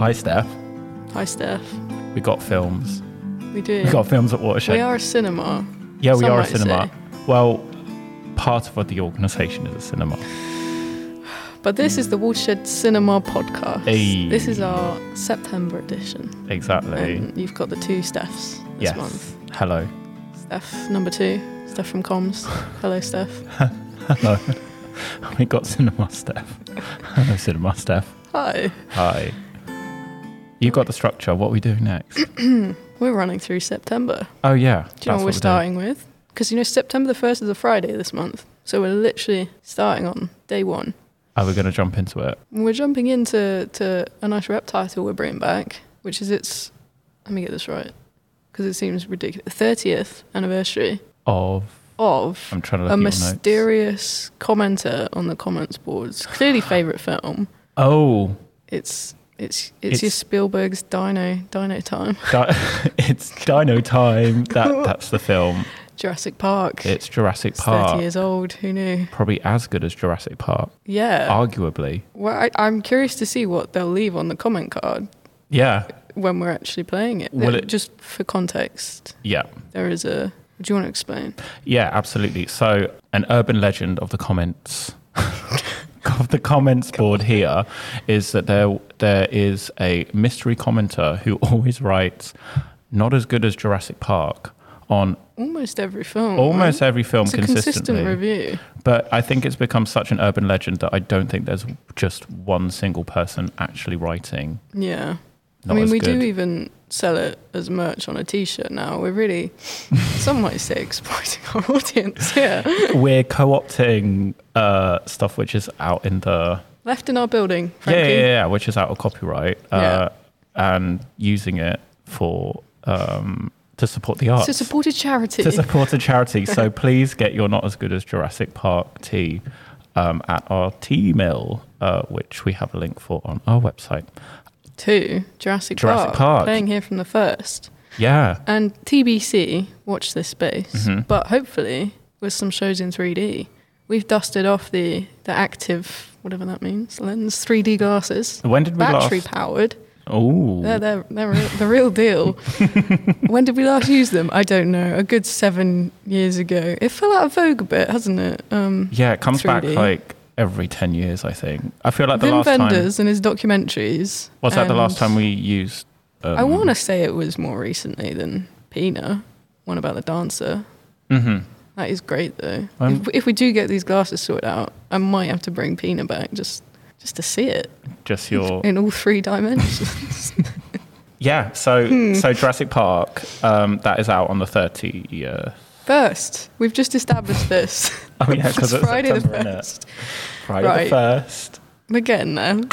Hi, Steph. Hi, Steph. We got films. We do. We got films at Watershed. We are a cinema. yeah, we some are a might cinema. Well, part of the organisation is a cinema. But this is the Watershed Cinema Podcast. Hey. This is our September edition. Exactly. And you've got the two Stephs this yes. month. Hello. Steph number two, Steph from comms. Hello, Steph. Hello. we got cinema, Steph. Hello, cinema, Steph. Hi. Hi. You got the structure. What are we doing next? We're running through September. Oh yeah. Do you know that's what we're we're doing. starting with? Because you know, September the 1st is a Friday this month. So we're literally starting on day one. Are we going to jump into it? We're jumping into to a nice rep title we're bringing back, which is its. Let me get this right, because it seems ridiculous. Thirtieth anniversary Of of I'm trying to look a at your notes. mysterious commenter on the comments boards. Clearly, favorite film. Oh, It's it's it's, It's- your Spielberg's Dino Dino Time, di- it's Dino Time. That that's the film. Jurassic Park. It's Jurassic It's thirty Park. years old. Who knew? Probably as good as Jurassic Park, Yeah. arguably. well, I, I'm curious to see what they'll leave on the comment card Yeah, when we're actually playing it. Will it- Just for context, yeah, there is a. Do you want to explain? yeah, absolutely. So, an urban legend of the comments of the comments board here is that there there is a mystery commenter who always writes, "Not as good as Jurassic Park." On Almost every film. almost right? every film It's a consistently, consistent review. but I think it's become such an urban legend that I don't think there's just one single person actually writing. Yeah. Not I mean, as we good. do even sell it as merch on a T-shirt now. We're really, some might say, exploiting our audience. Yeah, We're co-opting uh, stuff which is out in the left in our building. yeah, yeah, Frankly. yeah, yeah, which is out of copyright, uh, and using it for um, to support the arts. So support a charity. to support a charity. So please get your not as good as Jurassic Park tea um, at our tea mill, uh, which we have a link for on our website. Two Jurassic, Jurassic Park, Park. playing here from the first, Yeah, and TBC. Watch this space. Mm-hmm. But hopefully, with some shows in 3D, we've dusted off the the active whatever that means lens 3D glasses. when did we Battery last? powered. They're, Oh, they're, they're real- the real deal. when did we last use them? I don't know. A good seven years ago. It fell out of vogue a bit, hasn't it? Um, yeah, it comes back 3D. like every ten years, I think. I feel like the Wim last time Wenders and his documentaries. was that the last and time we used. Um, I want to say it was more recently than Pina, one about the dancer. mhm. That is great though. I'm- if, if we do get these glasses sorted out, I might have to bring Pina back just just to see it just your in all three dimensions. Yeah, so Hmm. so Jurassic Park um, that is out on the 30th. First, we've just established this. Oh yeah, because it's Friday September, the innit? first. Friday Right. the first. We're getting there.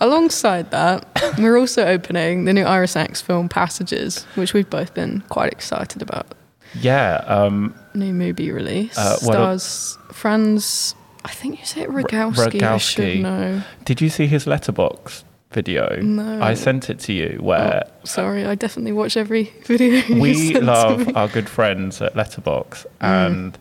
Alongside that, we're also opening the new Iris Axe film Passages, which we've both been quite excited about. Yeah, um, New movie release Uh, what el- stars Franz. I think you say it Rogowski. I should Rogowski. know. did you see his letterbox video? No. I sent it to you. Where Oh, Sorry, I definitely watch every video. you Uh, we send to love me. Mm. our good friends at Letterbox, and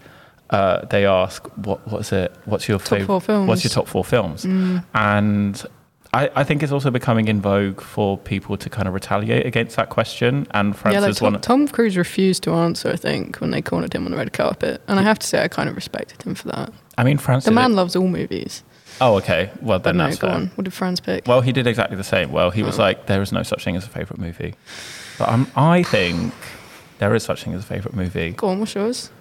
uh, they ask what what's it? What's your Top fav- four films. Mm. What's your top four films? And I, I think it's also becoming in vogue for people to kind of retaliate against that question. And Yeah, Francis like Tom, one. Tom Cruise refused to answer. I think when they cornered him on the red carpet, and I have to say I kind of respected him for that. I mean, Francis. The man loves all movies. Oh, okay. Well, But then no, that's go fair. on. What did Franz pick? Well, he did exactly the same. Well, he was Oh. like, there is no such thing as a favourite movie. But um, I think there is such thing as a favourite movie. go on, what's yours?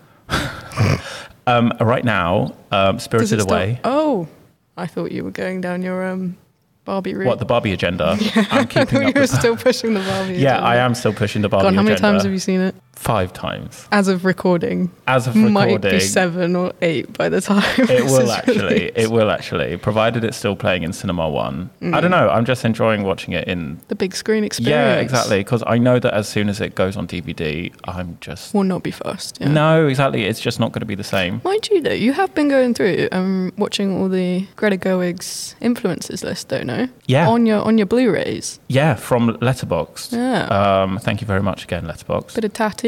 Um, right now, um, Does Spirited it start- Away, Oh, I thought you were going down your um, Barbie route. what, the Barbie agenda? I'm I keeping up thought you were with still pushing the Barbie. Yeah, agenda. I am still pushing the Barbie God, how many agenda. times have you seen it? five times As of recording, as of might recording. be seven or eight by the time. It this will is actually. released. It will actually, provided it's still playing in Cinema One. I Mm. don't know. I'm just enjoying watching it in. the big screen experience. Yeah, exactly. Because I know that as soon as it goes on DVD, I'm just Will not be fast. Yeah. no, exactly. It's just not going to be the same. Mind you, though, you have been going through um, watching all the Greta Gerwig's influences list, don't know? Yeah. On your on your Blu-rays, Yeah, from Letterboxd. Yeah. Um, thank you very much again, Letterboxd. bit of tatty.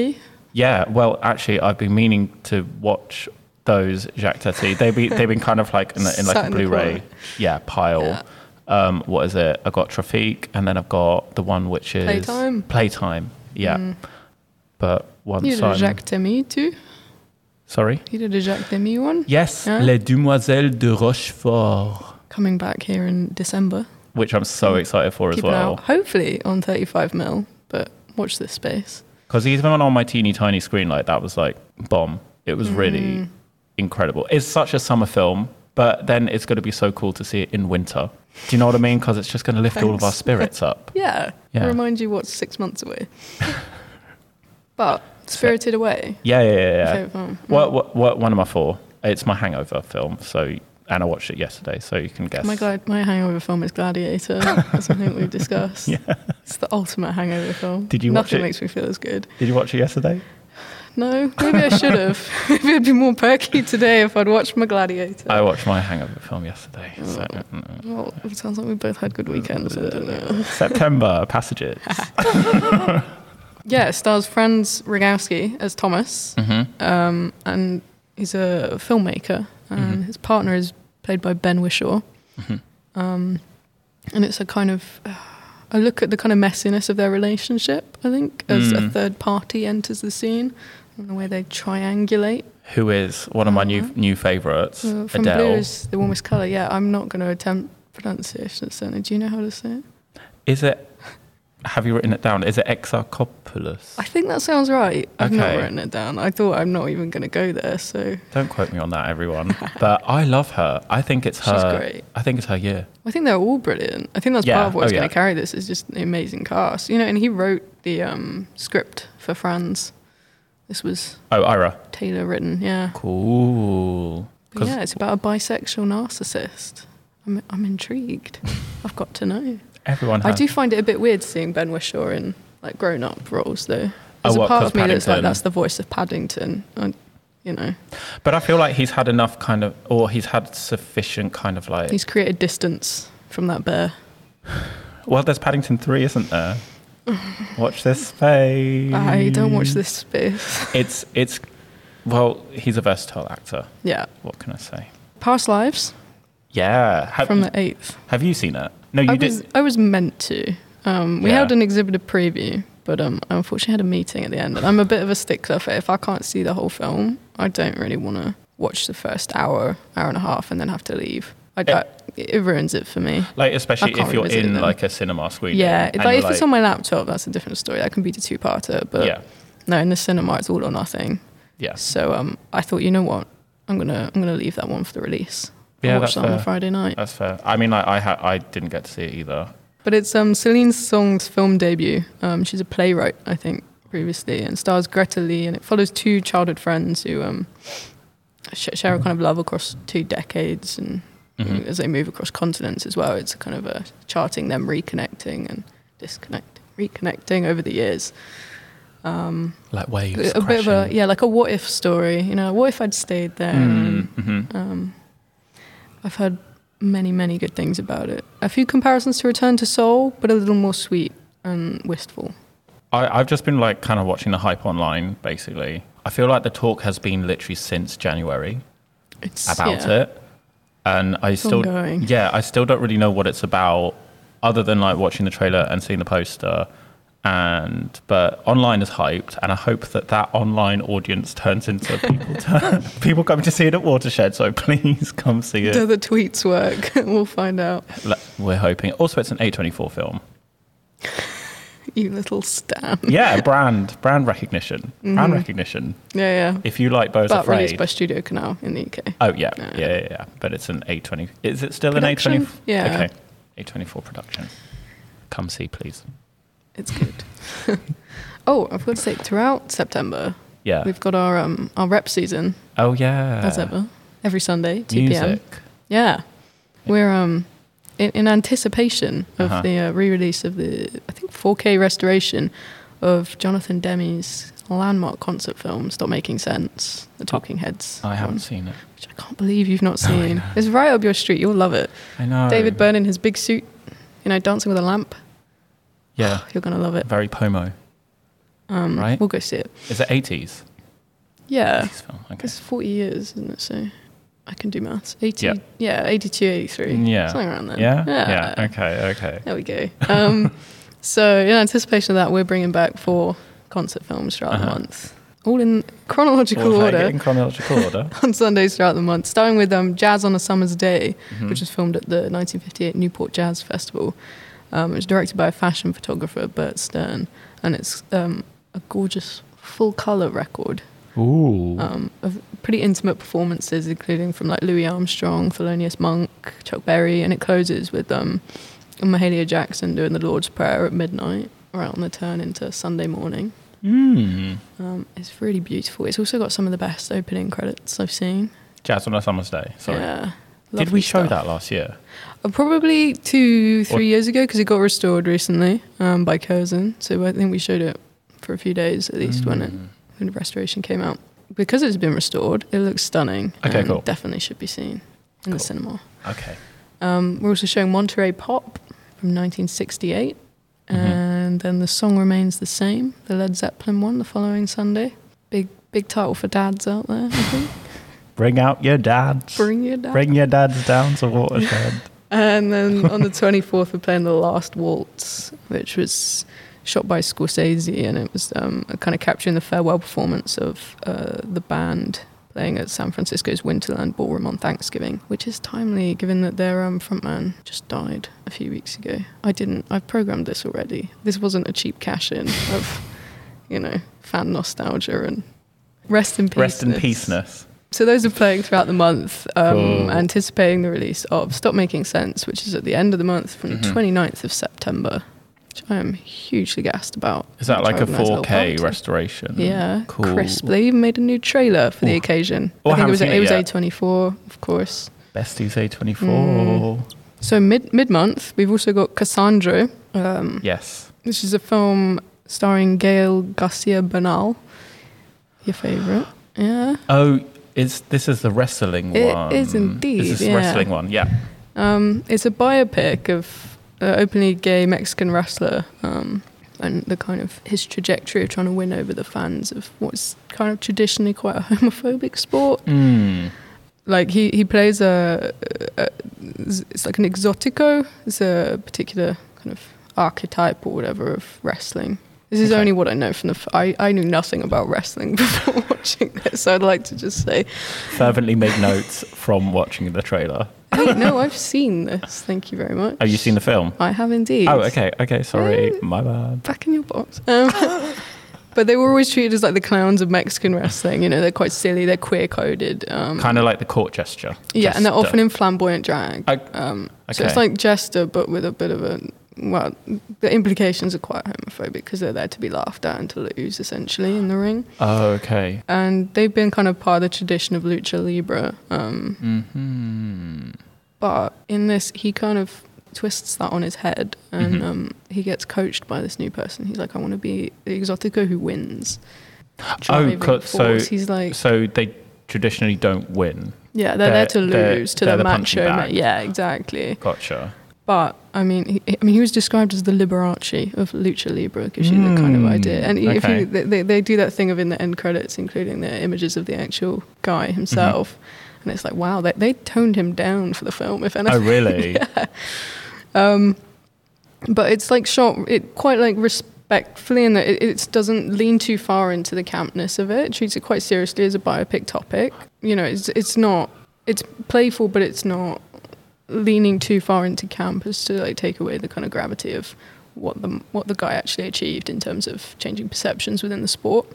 Yeah, well, actually, I've been meaning to watch those Jacques Tati. They've been they've been kind of like in, in like Sat a in the Blu-ray, corner. yeah, pile. Um, what is it? I got Trafic, and then I've got the one which is Playtime. Mm. Playtime, yeah. But once You did I'm a Jacques Demy too. sorry, You did a Jacques Demy one. yes, Yeah. Les Demoiselles de Rochefort, Coming back here in December. which I'm so excited for Keep as it well. out. Hopefully on 35 mil, but watch this space. Because even on my teeny tiny screen, like that was like bomb. It was Mm. really incredible. It's such a summer film, but then it's going to be so cool to see it in winter. Do you know what I mean? Because it's just going to lift all of our Thanks. spirits up. Yeah. Yeah. Remind you what's six months away. but Spirited Away. Yeah, yeah, yeah. yeah. Favourite film. What, what, what, one of my four. It's my hangover film. So, and I watched it yesterday, so you can guess. Oh My glad my hangover film is Gladiator. That's something we've discussed. Yeah. It's the ultimate hangover film. Did you watch Nothing it? makes me feel as good. Did you watch it yesterday? No, maybe I should have. maybe I'd be more perky today if I'd watched my Gladiator. I watched my hangover film yesterday. So. Mm. mm, well, it sounds like we both had good weekends. I don't know. mm. September, Passages. Yeah, it stars Franz Rogowski as Thomas, Mm-hmm. um, and he's a filmmaker, and Mm-hmm. his partner is played by Ben Wishaw. Um, and it's a kind of a look at the kind of messiness of their relationship. I think as a Mm. third party enters the scene, and the way they triangulate. Who is one of my new new favorites, Uh, from blue Adele. is the warmest color. Yeah, I'm not going to attempt pronunciation. Certainly, do you know how to say it? Is it? Have you written it down? Is it Exarchopoulos? I think that sounds right. I've not Okay. written it down. I thought I'm not even going to go there. So Don't quote me on that, everyone. but I love her. I think it's She's her. great. I think it's her year. I think they're all brilliant. I think that's Yeah. part of what's Oh, yeah. going to carry this is just the amazing cast, you know. And he wrote the um, script for Franz. This was Oh, Ira. Taylor written, yeah. Cool. But 'Cause yeah, it's about a bisexual narcissist. I'm, I'm intrigued. I've got to know. everyone I has. do find it a bit weird seeing Ben Wishaw in like grown-up roles, though. Oh, There's what, a part 'cause of me that's like Paddington? that's the voice of Paddington. I, you know, But I feel like he's had enough kind of, or he's had sufficient kind of like. he's created distance from that bear. well, there's Paddington 3, isn't there? Watch this space. I don't Mm. watch this space. It's, it's, well, he's a versatile actor. yeah, What can I say? past lives Yeah. Have, from the eighth. have you seen it? No, you I did. was I was meant to. Um, we Yeah. held an exhibitor preview, but um, I unfortunately had a meeting at the end, and I'm a bit of a stickler for if I can't see the whole film, I don't really want to watch the first hour, hour and a half, and then have to leave. I, I- it ruins it for me. Like, I especially can't if you're revisit in them. like a cinema screen. Yeah, and like if you're it's on my laptop, that's a different story. That can be the two-parter, but Yeah. no, in the cinema, it's all or nothing. Yeah. So um, I thought, you know what, I'm gonna I'm gonna leave that one for the release. Yeah, I'll watch that's that on a fair. Friday night. That's fair. I mean, like, I ha- I didn't get to see it either. But it's um, Celine Song's film debut. Um, she's a playwright, I think, previously, and stars Greta Lee, and it follows two childhood friends who um, sh- share a kind of love across two decades, and as they move across continents as well, it's kind of a charting them reconnecting and disconnecting, reconnecting over the years. Like waves. a bit of a yeah, like a what if story. You know, what if I'd stayed there? Hmm, and, mm-hmm. um, I've heard many, many good things about it. A few comparisons to Return to Seoul, but a little more sweet and wistful. I, I've just been like kind of watching the hype online, basically. I feel like the talk has been literally since January It's about yeah. it, and I still ongoing. yeah, I still don't really know what it's about, other than like watching the trailer and seeing the poster. And but online is hyped, and I hope that that online audience turns into people turn, people coming to see it at Watershed. So please come see Do it. the tweets work? we'll find out. Like, We're hoping. Also, it's an A24 film. You little stan. yeah, brand brand recognition, brand recognition. Yeah, yeah. If you like Bo's Mm-hmm. But Afraid, released by Studio Canal in the UK. oh yeah, No. yeah, yeah, yeah. But it's an eight twenty. Is it still an eight Production? twenty? Yeah. okay, eight twenty four production. Come see, please. It's good. Oh, I've got to say, throughout September, Yeah. we've got our um, our rep season oh yeah. as ever every Sunday, two p.m. Music. Yeah, we're um in, in anticipation of Uh-huh. the uh, re-release of the I think 4K restoration of Jonathan Demi's landmark concert film "Stop Making Sense," the Talking Heads. Oh. I haven't one, seen it. which I can't believe you've not No, I seen. know. it's right up your street. You'll love it. I know. David Byrne in his big suit, you know, dancing with a lamp. Yeah. You're gonna love it. Very Pomo. Um, right. We'll go see it. Is it eighties? Yeah. film. Okay. It's 40 years, isn't it? So I can do maths. 80, yeah. 82, 83. Yeah. Something around there. Yeah. Yeah. Okay. Okay. There we go. Um, so, in anticipation of that, we're bringing back four concert films throughout the Uh-huh. month, all in chronological Well, order In chronological order. on Sundays throughout the month, starting with um, Jazz on a Summer's Day, Hmm. Mm-hmm. which was filmed at the 1958 Newport Jazz Festival. Um, it was directed by a fashion photographer, Bert Stern, and it's um, a gorgeous full color record Ooh. um, of pretty intimate performances, including from like Louis Armstrong, Thelonious Monk, Chuck Berry, and it closes with um, Mahalia Jackson doing the Lord's Prayer at midnight, right on the turn into Sunday morning. Mm. Um, it's really beautiful. It's also got some of the best opening credits I've seen. Jazz on a summer's day. Sorry. Yeah. Did we Lovely show stuff. that last year? Uh, probably two, three Or- years ago because it got restored recently um, by Curzon. So I think we showed it for a few days at least when it Mm. when the restoration came out. Because it's been restored, it looks stunning. Okay, and cool. Definitely should be seen in Cool. the cinema. Okay. Um, we're also showing Monterey Pop from 1968, Mhm. and then the song remains the same, the Led Zeppelin one, the following Sunday. Big big title for dads out there. I think. Bring out your dads. Bring your dad. Bring your dads down to watershed. And then on the 24th, we're playing The Last Waltz, which was shot by Scorsese, and it was um, kind of capturing the farewell performance of uh, the band playing at San Francisco's Winterland Ballroom on Thanksgiving, which is timely given that their um, frontman just died a few weeks ago. I didn't, I programmed this already. This wasn't a cheap cash in of, you know, fan nostalgia and rest in peace. Rest in peaceness. So those are playing throughout the month, um, Cool. anticipating the release of Stop Making Sense, which is at the end of the month from Mm-hmm. the 29th of September, which I am hugely gassed about. Is that like a Driving a nice little 4K party. restoration? Yeah, Mm, Cool. crisp. They even made a new trailer for the Ooh. occasion. Oh, I I think haven't it was seen it, it was yet. A24, of course. Besties A24. So mid mid month, we've also got Cassandra, um, Yes. which is a film starring Gail Garcia Bernal, your favorite. Yeah. Oh, is this is the wrestling It one? is indeed, Is this the yeah. wrestling one? Yeah. Um, it's a biopic of an openly gay Mexican wrestler um, and the kind of his trajectory of trying to win over the fans of what's kind of traditionally quite a homophobic sport. Mm. Like he, he plays a, a it's like an exotico. It's a particular kind of archetype or whatever of wrestling. This is Okay. only what I know from the. F- I, I knew nothing about wrestling before watching this. So I'd like to just say, Fervently made notes from watching the trailer. hey, no, I've seen this. Thank you very much. Oh, you seen the film? I have indeed. Oh, okay. Okay. Sorry. My bad. back in your box. Um, but they were always treated as like the clowns of Mexican wrestling. You know, they're quite silly, they're queer coded. Um, Kind of like the court gesture. yeah, and they're Jester. often in flamboyant drag. I- um, So Uh, okay. it's like Jester, but with a bit of a. Well, the implications are quite homophobic because they're there to be laughed at and to lose, essentially, in the ring. Oh, okay. And they've been kind of part of the tradition of Lucha Libre. Um, Hmm. But in this, he kind of twists that on his head and Mhm. um, he gets coached by this new person. He's like, I want to be the exotico who wins. Oh, Driving co- so- force. he's like, So they traditionally don't win. yeah, they're, they're- there to they're- lose to they're the, the punching macho. ma- bag. Yeah, exactly. Gotcha. But I mean, he, I mean, he was described as the Liberace of lucha libre. Gives you the kind of Mm, idea. And if okay. you, they- they, they do that thing of in the end credits, including the images of the actual guy himself. Mm-hmm. And it's like, wow, they, they toned him down for the film, if anything. Oh, really? but it's like shot it quite like respectfully and it, it doesn't lean too far into the campness of it. it treats it quite seriously as a biopic topic you know it's it's not it's playful but it's not leaning too far into camp as to like take away the kind of gravity of what the what the guy actually achieved in terms of changing perceptions within the sport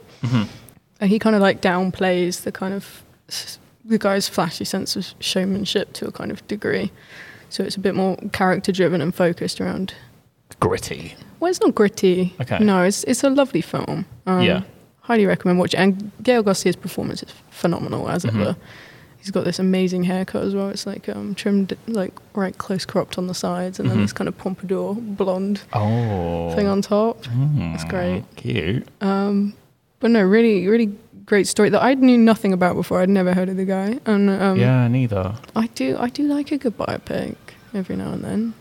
and he kind of like downplays the kind of the guy's flashy sense of showmanship to a kind of degree so it's a bit more character driven and focused around gritty. Well, it's not gritty. Okay. No, it's it's a lovely film. Um, Yeah. Highly recommend watching. And Gail Garcia's performance is phenomenal as Mhm. ever. He's got this amazing haircut as well. It's like um, trimmed, like right close cropped on the sides, and Mhm. then this kind of pompadour blonde Oh. thing on top. Mm, It's great. Cute. But no, really, really great story that I knew nothing about before. I'd never heard of the guy, and um, yeah, neither. I do, I do like a good biopic every now and then.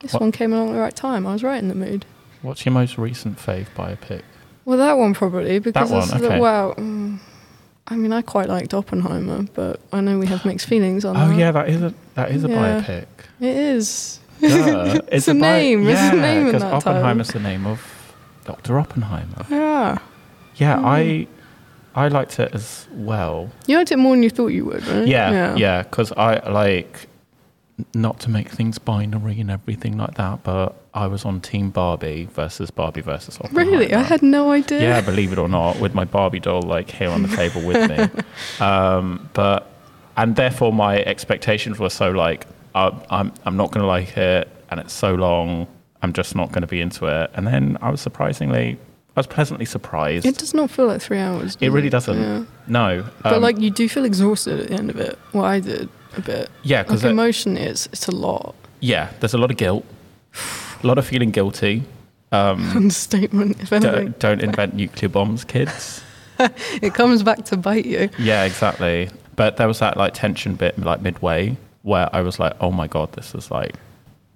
This What- one came along at the right time. I was right in the mood. What's your most recent fave biopic? Well, that one probably because one, it's the- okay. well, mm, I mean, I quite liked Oppenheimer, but I know we have mixed feelings on Oh that. yeah, that is a that is a Yeah. biopic. it is. Duh. It's a name, it's a yeah, name in 'cause that Oppenheimer's the name of Doctor Oppenheimer. Yeah, Yeah, Mm. I I liked it as well. you liked it more than you thought you would, right? Yeah, yeah, because I like n- not to make things binary and everything like that, but I was on Team Barbie versus Barbie versus Oppenheimer. Really, I had no idea. yeah, believe it or not, with my Barbie doll like here on the table with me. Um, but and therefore my expectations were so like I, I'm I'm not going to like it, and it's so long. I'm just not going to be into it. And then I was surprisingly, I was pleasantly surprised. It does not feel like three hours. does It really doesn't. Yeah. No, But um, like, you do feel exhausted at the end of it. Well, I did a bit. yeah, Like because emotionally, it's it's a lot. yeah, there's a lot of guilt, a lot of feeling guilty. Understatement, if anything. Don't, don't invent nuclear bombs, kids. It comes back to bite you. Yeah, exactly. But there was that like tension bit like midway where I was like, oh my god, this is like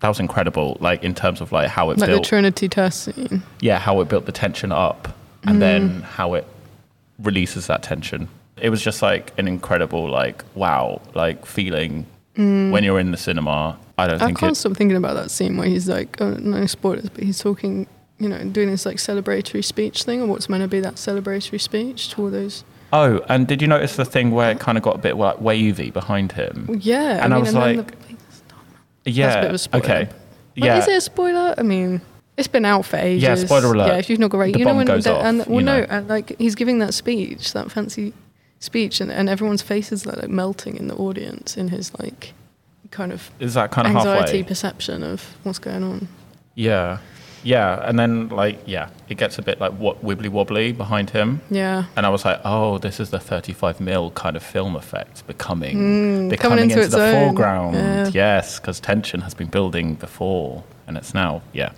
that was incredible. Like in terms of like how it Like the built, Trinity test scene. yeah, how it built the tension up, Mm. and then how it releases that tension. It was just like an incredible like wow like feeling Mm. when you're in the cinema. I don't I think can't it's stop thinking about that scene where he's like, oh, no spoilers, but he's talking, you know, doing this like celebratory speech thing, or what's meant to be that celebratory speech to all those. Oh, and did you notice the thing where it kind of got a bit like wavy behind him? Well, yeah, And I mean, was then like- the, Yeah. bit of a spoiler. Okay. But yeah. is it a spoiler? I mean, it's been out for ages. Yeah, spoiler alert. Yeah, if you've not got right, The you know bomb when goes that- off, and well, you know. no, and like he's giving that speech, that fancy speech, and, and everyone's faces are like melting in the audience in his like kind of Is that kind of anxiety halfway? perception of what's going on. Yeah. Yeah. And then like yeah, it gets a bit like what wibbly wobbly behind him. Yeah. And I was like, oh, this is the 35 mil kind of film effect becoming, Mm, becoming coming into, into its the own. foreground. Yeah. Yes, because tension has been building before, and it's now, yeah.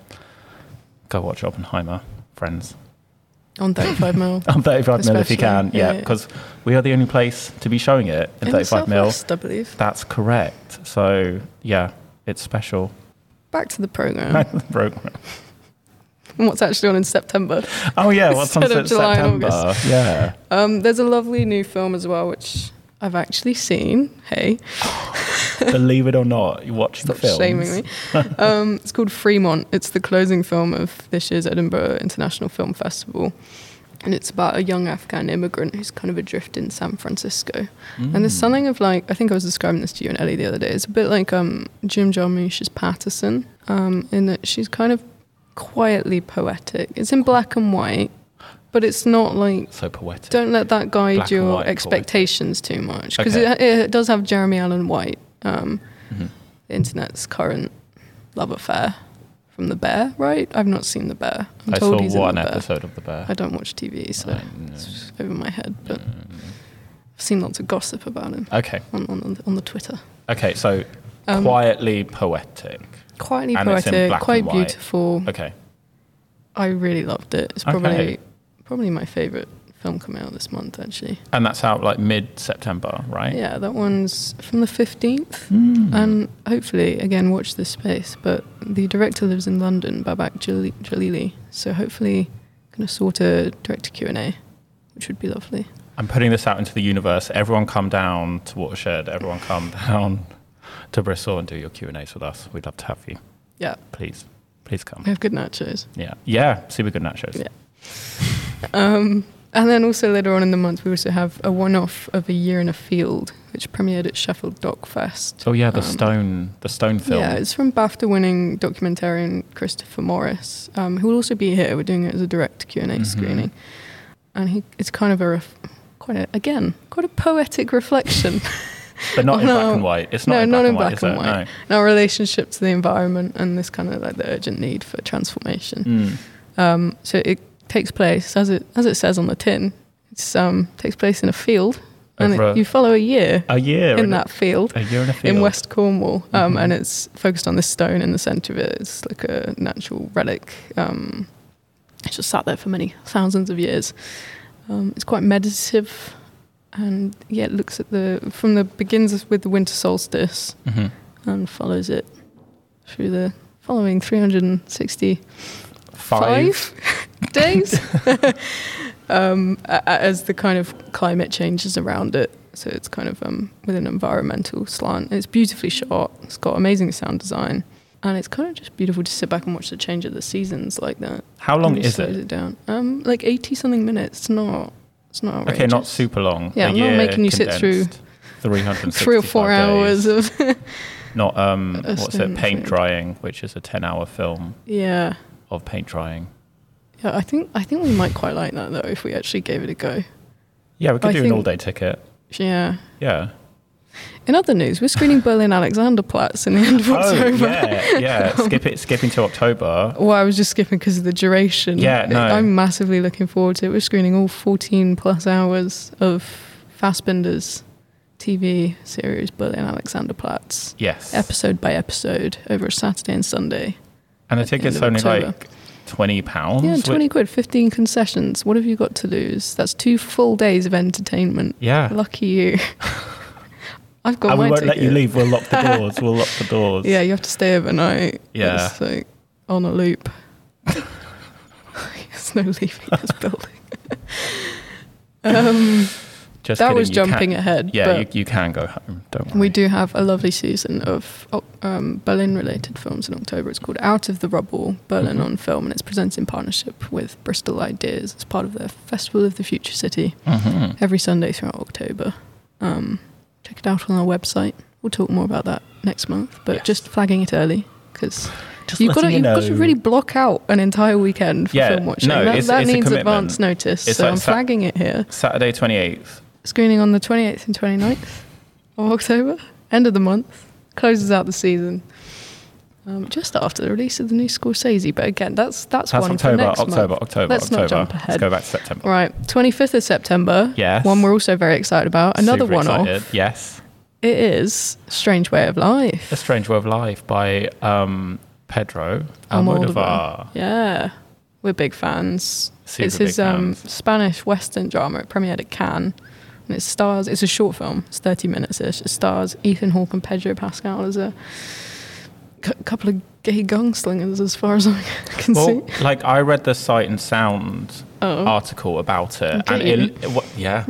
Go watch Oppenheimer, friends. On 35 mil. On 35 mil if you Especially, can, yeah, yeah. because we are the only place to be showing it in, 35 mil. Southwest, I believe. That's correct. So yeah, it's special. Back to the program. Program. And what's actually on in September? oh yeah, what's on Instead of Sep- July and September? Yeah. Um, there's a lovely new film as well, which I've actually seen. Hey, Believe it or not, you watch the stop film. shaming me. Um, it's called Fremont. It's the closing film of this year's Edinburgh International Film Festival. And it's about a young Afghan immigrant who's kind of adrift in San Francisco. And there's something of like, I think I was describing this to you and Ellie the other day. It's a bit like um, Jim Jarmusch's Patterson, um, in that she's kind of quietly poetic. It's in black and white, but it's not like So poetic. don't let that guide Black and your white expectations too much because Okay. Mm-hmm. it, it does have Jeremy Allen White, um, the internet's current love affair from The Bear, right? I've not seen The Bear. I'm I told saw he's in one The Bear. episode of The Bear. I don't watch TV, so I it's over my head. But Mm-hmm. I've seen lots of gossip about him Okay. on on, on the Twitter. Okay. So Um, quietly poetic. Quietly And it's in poetic, black quite and white. beautiful. Okay. I really loved it. It's probably Okay. probably my favorite film coming out this month, actually. And that's out like mid September, right? Yeah, that one's from the 15th. And hopefully, again, watch this space. But the director lives in London, Babak Jali- Jalili. So hopefully, going to sort a director Q&A, which would be lovely. I'm putting this out into the universe. Everyone come down to Watershed. Everyone come down to Bristol and do your Q and A's with us. We'd love to have you. Yeah, Please, please come. we have good nachos. Yeah. Yeah. Super good nachos. Yeah. Um, and then also later on in the month, we also have a one-off of A Year in a Field, which premiered at Sheffield Doc Fest. Oh yeah, the Um, stone, the stone film. Yeah, it's from BAFTA-winning documentarian Christopher Morris, um, who will also be here. We're doing it as a direct Q and A screening, and he, it's kind of a ref, quite a, again quite a poetic reflection but not in No. black and white. It's not no, in black not and in white. black is and it? white. And our relationship to the environment and this kind of like the urgent need for transformation. No. Mm. Um, so it takes place as it as it says on the tin. It's um, takes place in a field, and Over it, a- you follow a year A year in a- that field A year in a field. in West Cornwall, um, Mhm. and it's focused on this stone in the centre of it. It's like a natural relic. Um, it's just sat there for many thousands of years. Um, it's quite meditative, and yeah, it looks at the from the begins with the winter solstice Mhm. and follows it through the following 360 Five. days um, a- a- as the kind of climate changes around it. So it's kind of um, with an environmental slant. It's beautifully shot. It's got amazing sound design, and it's kind of just beautiful to sit back and watch the change of the seasons like that. How long It just is slows it? it down. Um, like eighty something minutes. It's not. It's not. Outrageous. Okay, not super long. Yeah, a I'm not year making you sit through condensed, 365 Three or four days. hours of Not um, a what's certain it? Paint thing. drying, which is a ten-hour film yeah. of paint drying. Yeah, I think I think we might quite like that though if we actually gave it a go. Yeah, we could I do an think- all-day ticket. Yeah. Yeah. In other news, we're screening Berlin Alexanderplatz in the end of Oh, October. yeah, yeah. Skip it. Skipping to October. Well, I was just skipping because of the duration. Yeah, no. I'm massively looking forward to it. We're screening all 14 plus hours of Fassbinder's TV series, Berlin Alexanderplatz, Yes. episode by episode, over a Saturday and Sunday. and I at think the it's end only of October. like twenty pounds. Yeah, 20 quid, 15 concessions. What have you got to lose? That's two full days of entertainment. yeah. Lucky you. I've got and my we won't ticket. let you leave. We'll lock the doors. We'll lock the doors. Yeah, you have to stay overnight. Yeah. It's like on a loop. There's no leaving this building. um, Just that kidding, was you can- jumping ahead. Yeah, but you, you can go home. Don't worry. we do have a lovely season of oh, um, Berlin related films in October. It's called Out of the Rubble Berlin Mhm. on Film, and it's presented in partnership with Bristol Ideas as part of their Festival of the Future City hmm every Sunday throughout October. Um, check it out on our website. We'll talk more about that next month, but Yes. just flagging it early because Just you've got to letting you you've got to know. really block out an entire weekend for Yeah, film watching. no, that it's- that it's a needs commitment. advance notice, It's so like I'm sa- flagging it here. Saturday twenty eighth. Screening on the 28th and 29th of October, end of the month, closes out the season. Um, just after the release of the new Scorsese, but again, that's that's, That's one October, for next October, month. October, Let's October. not jump Let's ahead. go back to September. Right, 25th of September. Yes. One we're also very excited about. Another Super one excited. off. Yes. It is Strange Way of Life. A Strange World of Life by um, Pedro Almodovar. Almodovar. Yeah. We're big fans. Super it's his big um, fans. Spanish Western drama. It premiered at Cannes. And it stars, it's a short film, it's 30 minutes ish. It stars Ethan Hawke and Pedro Pascal as a c- couple of gay gunslingers, as far as I can Well, see. like I read the Sight and Sound Oh. article about it, Did and you? Mm-hmm. it, what, yeah,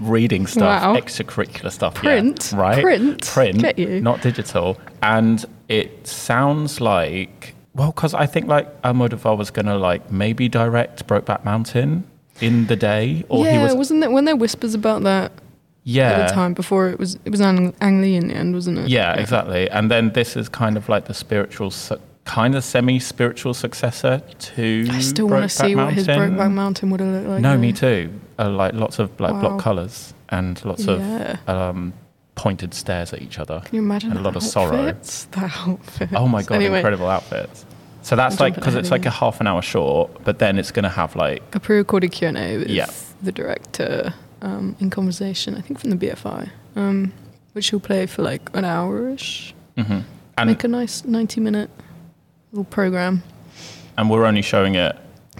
reading stuff, Wow. extracurricular stuff, yeah, Print? right? Print? print, Get you. not digital, and it sounds like well, because I think like Almodovar was gonna like maybe direct Brokeback Mountain in the day, or yeah, he was, wasn't it when there were whispers about that yeah, at the time before it was it was Ang, Ang Lee in the end, wasn't it? Yeah, exactly. And then this is kind of like the spiritual, su- kind of semi-spiritual successor to. I still want Mm, to Brokeback see what his Mountain. Brokeback Mountain would have looked like. No, though. me too. Uh, like lots of like Wow. block colors and lots Yeah. of um, pointed stares at each other. Can you imagine And a the lot of sorrow. outfits? The outfits. Oh my god, Anyway, incredible outfits. So that's I'll jump like because ahead it's of like you. a half an hour short, but then it's gonna have like A pre-recorded Q and A with Yeah. the director um, in conversation. I think from the BFI, um, which he'll play for like an hour-ish. mhm. and Make a nice ninety-minute little program and we're only showing it.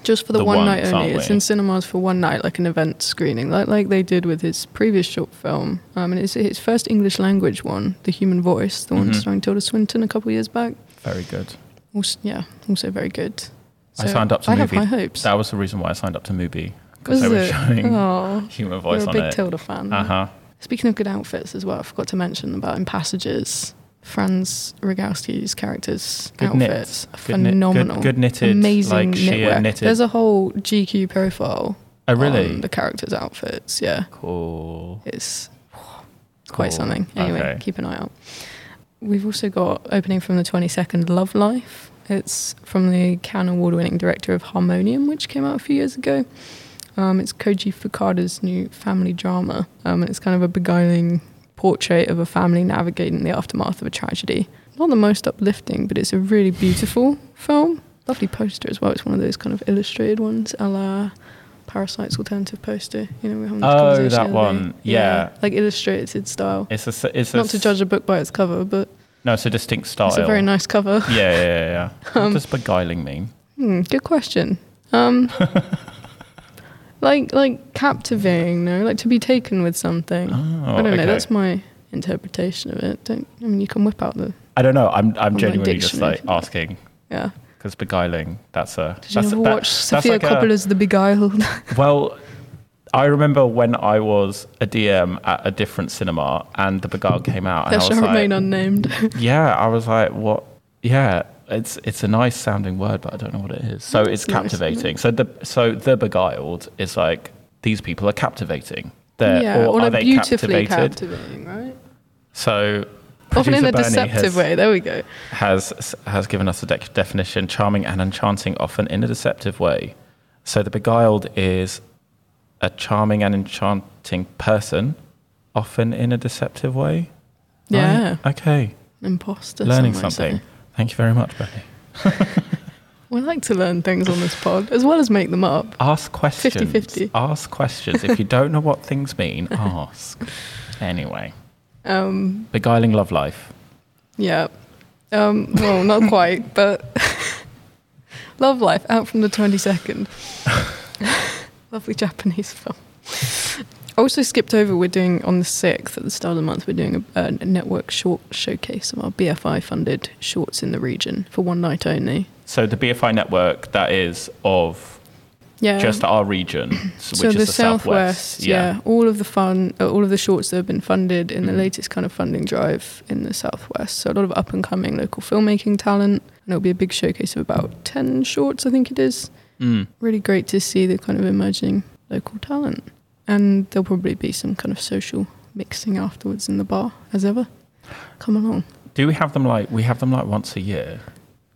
just for the, The one night once, only. aren't It's we? in cinemas for one night, like an event screening, like like they did with his previous short film. Um, and it's his first English language one, The Human Voice, the one Mhm. starring Tilda Swinton a couple years back. Very good. Also, yeah, also very good. I signed up to I Movie. have my hopes. That was the reason why I signed up to Mubi because they Was were it? showing Oh, human voice you're a on big it. Tilda fan. Uh huh. Speaking of good outfits as well, I forgot to mention about in Passages, Franz Rogowski's character's Good knit. outfits are Good knit- good- phenomenal. good knitted, Amazing like, sheer knitwear. knitted. There's a whole GQ profile Oh really? on the character's outfits, yeah. cool. It's, it's quite Cool. something. Anyway, Okay. keep an eye out. We've also got opening from the 22nd Love Life. It's from the Cannes award winning director of Harmonium, which came out a few years ago. Um, it's Koji Fukada's new family drama, um, and it's kind of a beguiling portrait of a family navigating the aftermath of a tragedy. Not the most uplifting, but it's a really beautiful film. Lovely poster as well. It's one of those kind of illustrated ones, a la Parasite's alternative poster. You know, we were having this Oh, conversation that the other one. day. Yeah. like illustrated style. It's a, s- it's a Not to s- Oh, judge a book by its cover, but No, it's a distinct style. it's a very nice cover. Yeah, yeah, yeah. yeah. what does beguiling mean? Hmm, good question. Um, like like captivating, no, like to be taken with something. Oh, I don't okay. know. That's my interpretation of it. Don't I mean you can whip out the I don't know. I'm I'm my genuinely just dictionary. like asking yeah. because beguiling. That's a. Did you that's ever that- watch that's Sophia like a- Coppola's The Beguiled? Well, I remember when I was a DM at a different cinema and the Beguiled came out, and that I shall was like, remain unnamed. yeah, I was like, what? Yeah, it's it's a nice sounding word, but I don't know what it is. So it's It's nice, isn't captivating. So the so the Beguiled is like these people are captivating. They're, yeah, or, are like they beautifully captivated? captivating, right? So. Often in producer a Bernie deceptive has- way. There we go. has has given us a de- definition: charming and enchanting, often in a deceptive way. So the beguiled is a charming and enchanting person, often in a deceptive way. Right? Yeah, Okay. imposter. Learning some might say. something. Thank you very much, Benny. We like to learn things on this pod, as well as make them up. Ask questions. 50-50. Ask questions. if you don't know what things mean, ask. Anyway, Um, beguiling love life. yeah. Um, well, not quite, but Love Life out from the twenty second. Lovely Japanese film. I also skipped over. We're doing on the sixth at the start of the month. We're doing a, a network short showcase of our BFI funded shorts in the region for one night only. So the BFI network that is of Yeah. just our region, s- which is the southwest. yeah. all of the fun, uh, all of the shorts that have been funded in Mm-hmm. the latest kind of funding drive in the southwest. So a lot of up and coming local filmmaking talent, and it'll be a big showcase of about ten shorts, I think it is. Mm. Really great to see the kind of emerging local talent, and there'll probably be some kind of social mixing afterwards in the bar as ever. Come along, Do we have them like we have them like once a year?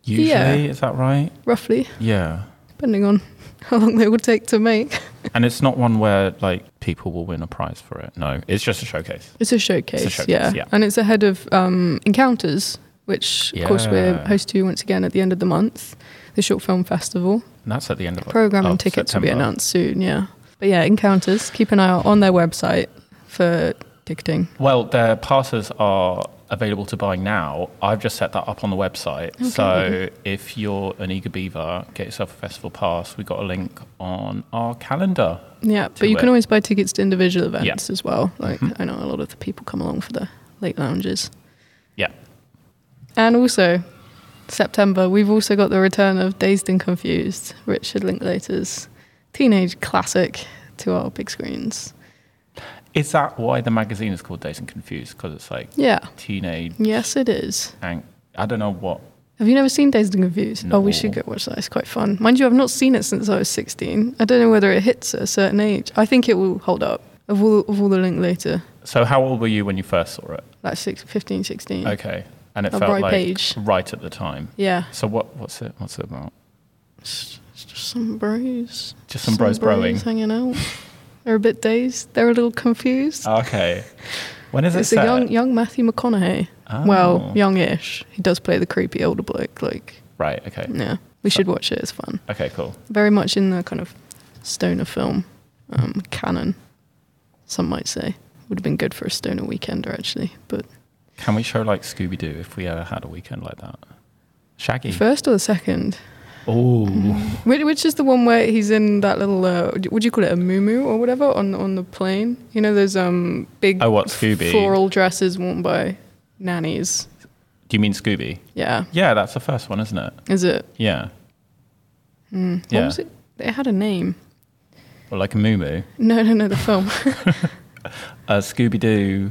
Usually, Yeah. is that right? roughly, Yeah. depending on how long they will take to make. And it's not one where like people will win a prize for it. No, it's just a showcase. It's a showcase, showcase, yeah. yeah. And it's ahead of um, Encounters, which, of course, we're Yeah. host to once again at the end of the month, the Short Film Festival. And that's at the end of Program of and tickets will be September. announced soon, yeah. But yeah, Encounters, keep an eye out on their website for ticketing. Well, their passes are available to buy now. I've just set that up on the website. So Okay. if you're an eager beaver, get yourself a festival pass. We got a link on our calendar. Yeah, To but you it. can always buy tickets to individual Yeah. Mm-hmm. events as well. Like, I know a lot of the people come along for the late lounges. Yeah. And also, September, we've also got the return of Dazed and Confused, Richard Linklater's teenage classic to our big screens. Is that why the magazine is called Days and Confused? Because it's like Yeah. teenage Yes, it is. ang- I don't know what Have you never seen Dazed and Confused? Oh, we should No. go watch that. It's quite fun. Mind you, I've not seen it since I was 16. I don't know whether it hits at a certain age. I think it will hold up. Of all, of all the Linklater, So how old were you when you first saw it? like six, 15, 16. Okay, and it Mm. A felt ripe like age. right at the time. Yeah. So what? What's it? What's it about? It's it's just some bros. Just some bros broing. hanging out. They're a bit dazed. They're a little confused. Okay, when Oh, is it's it a set? young, young Matthew McConaughey. Oh. Well, youngish. He does play the creepy older bloke. Like, Right. Okay. yeah, we should watch it. It's fun. Okay. Cool. very much in the kind of stoner film um, canon. Some might say would have been good for a stoner weekender actually, but Can we show like Scooby Doo if we ever had a weekend like that? Shaggy. first or the second, Oh, which, which is the one where he's in that little uh, would you call it a muumuu or whatever on on the plane? You know those um big Oh, what, Scooby? floral dresses worn by nannies. do you mean Scooby? Yeah, Yeah, that's the first one, isn't it? is it? Yeah. Mm. What yeah. was it? It had a name. Or like a Moo Moo. No, no, no. The film. Uh, Scooby Doo.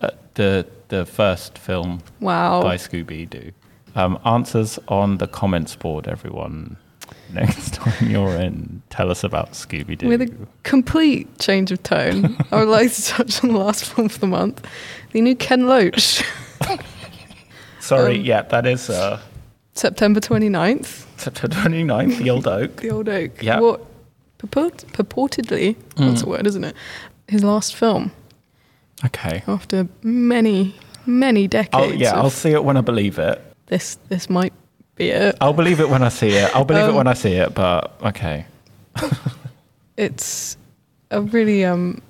Uh, the the first film wow. by Scooby Doo. Um, answers on the comments board, everyone. Next time you're in, tell us about Scooby Doo. With a complete change of tone, I would like to touch on the last film of the month, the new Ken Loach, Sorry, um, yeah, that is uh, September 29th, September 29th, The Old Oak. The Old Oak. Yeah. Hmm. What purport, purportedly, that's a word, isn't it? His last film. Okay. after many, many decades. I'll, Oh, yeah, of I'll see it when I believe it. this this might be it. I'll believe it when I see it. I'll believe it Um, when I see it, but okay. It's a really, um,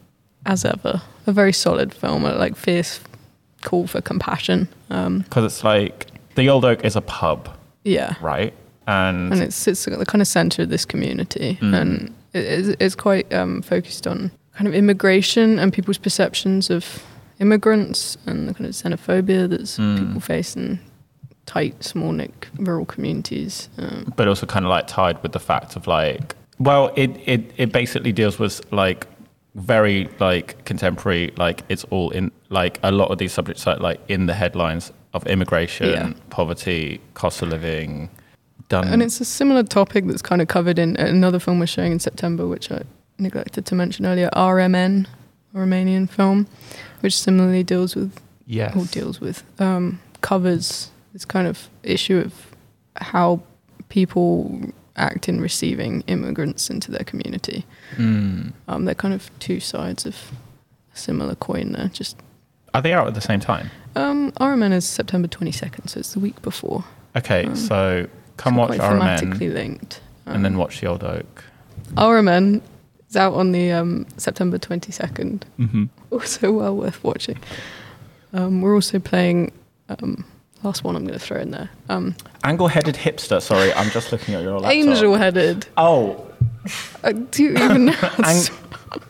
as ever, a very solid film. A like fierce call for compassion. Um, Because it's like the Old Oak is a pub, yeah, right? And, and it sits at the kind of center of this community, and it is, it's quite um, focused on kind of immigration and people's perceptions of immigrants and the kind of xenophobia that's people face in tight, small, nick, rural communities. Um, but also kind of like tied with the fact of like, well, it, it, it basically deals with like very like contemporary, like it's all in like a lot of these subjects are like in the headlines of immigration, Yeah. poverty, cost of living, done. And it's a similar topic that's kind of covered in another film we're showing in September, which I neglected to mention earlier, RMN, a Romanian film, which similarly deals with yes. or deals with um, covers this kind of issue of how people act in receiving immigrants into their community. Mm. Um, they're kind of two sides of a similar coin there. Just Are they out at the same time? um, RMN is September twenty second, so it's the week before. Okay, Um, so come so watch quite RMN thematically um, linked. and then watch The Old Oak. RMN is out on the um, September 22nd. Mm-hmm. Also well worth watching. Um, we're also playing, um, last one I'm going to throw in there, um, Angle-headed hipster. Sorry, I'm just looking at your laptop. Angel Headed. Oh, Uh, do you even know? how to Ang- s-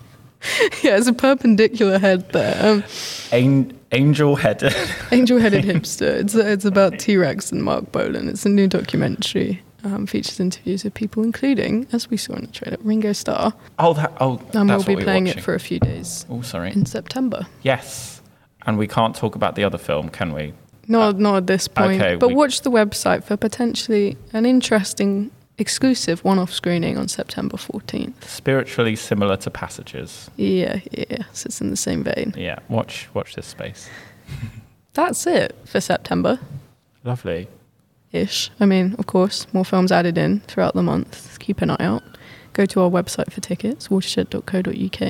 yeah, it's a perpendicular head there. Um, an- angel-headed. Angel Headed Hipster. It's, uh, it's about T Rex and Mark Bolan. It's a new documentary. Um, features interviews with people, including, as we saw in the trailer, Ringo Starr. Oh, that. Oh, that's And we'll what be we're playing watching. it for a few days Oh, sorry. in September. Yes, and we can't talk about the other film, can we? Not, not at this point. Uh, okay, but we- watch the website for potentially an interesting exclusive one off screening on September 14th. Spiritually similar to Passages. Yeah, yeah, so it's in the same vein. Yeah, watch watch this space. That's it for September Lovely. ish. I mean, of course, more films added in throughout the month. Keep an eye out. Go to our website for tickets, watershed.co.uk.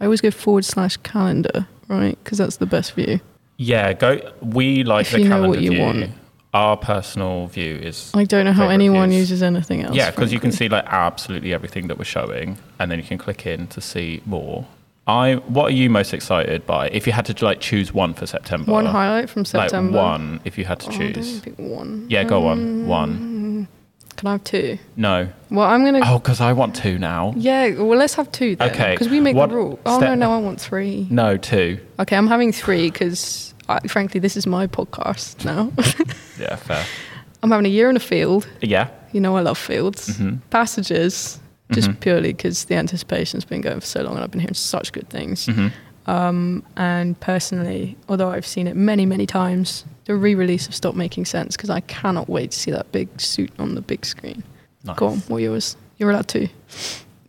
I always go forward slash calendar, right? Because that's the best view. Yeah, go. We like If the you know calendar what you view. want. Our personal view is I don't know how Favourite anyone views. uses anything else. Yeah, because you can frankly. see like absolutely everything that we're showing, and then you can click in to see more. I what are you most excited by? If you had to like choose one for September, one highlight from uh, like September. one, if you had to Oh, don't choose. pick one. yeah, go on. One. Can I have two? No. Well, I'm gonna. Oh, because I want two now. Yeah, well, let's have two then. Okay, Because we make what the rule. Oh step- no, no, I want three. No, two. Okay, I'm having three because, frankly, this is my podcast now. Yeah, fair. I'm having a year in a field. Yeah. You know, I love fields. Passages, just purely because the anticipation's been going for so long and I've been hearing such good things. Um, and personally, although I've seen it many, many times, the re release of Stop Making Sense because I cannot wait to see that big suit on the big screen. Nice. Go on, what are yours? You're allowed two.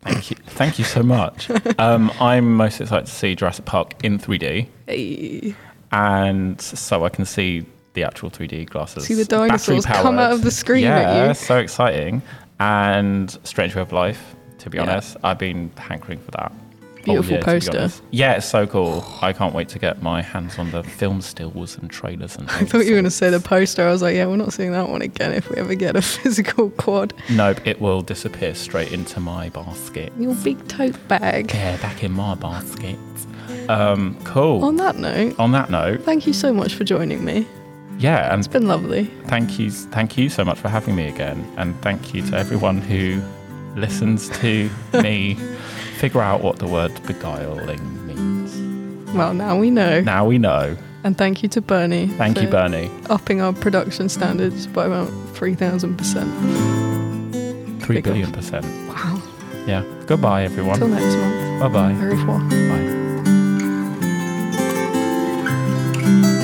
Thank you. Thank you so much. um, I'm most excited to see Jurassic Park in 3D, Hey. and so I can see the actual 3D glasses. See the dinosaurs battery-powered. come out of the screen at Yeah, you. so exciting. And Strange Way of Life. To be Yeah. honest, I've been hankering for that. all Beautiful year, to be poster. honest. Yeah, it's so cool. I can't wait to get my hands on the film stills and trailers and. I thought you were going to say the poster. I was like, yeah, we're not seeing that one again if we ever get a physical quad. Nope, it will disappear straight into my basket. Your big tote bag. Yeah, back in my basket. Um, cool. On that note, on that note, thank you so much for joining me. yeah, and It's been lovely. thank you, thank you so much for having me again, and thank you to everyone who listens to me figure out what the word beguiling means. Well, now we know. Now we know. And thank you to Bernie. Thank you, for Bernie. Upping our production standards by about 3,000%. Three Big up. billion percent. Wow. Yeah. Goodbye, Till everyone. next month. Bye bye. Au revoir. Bye.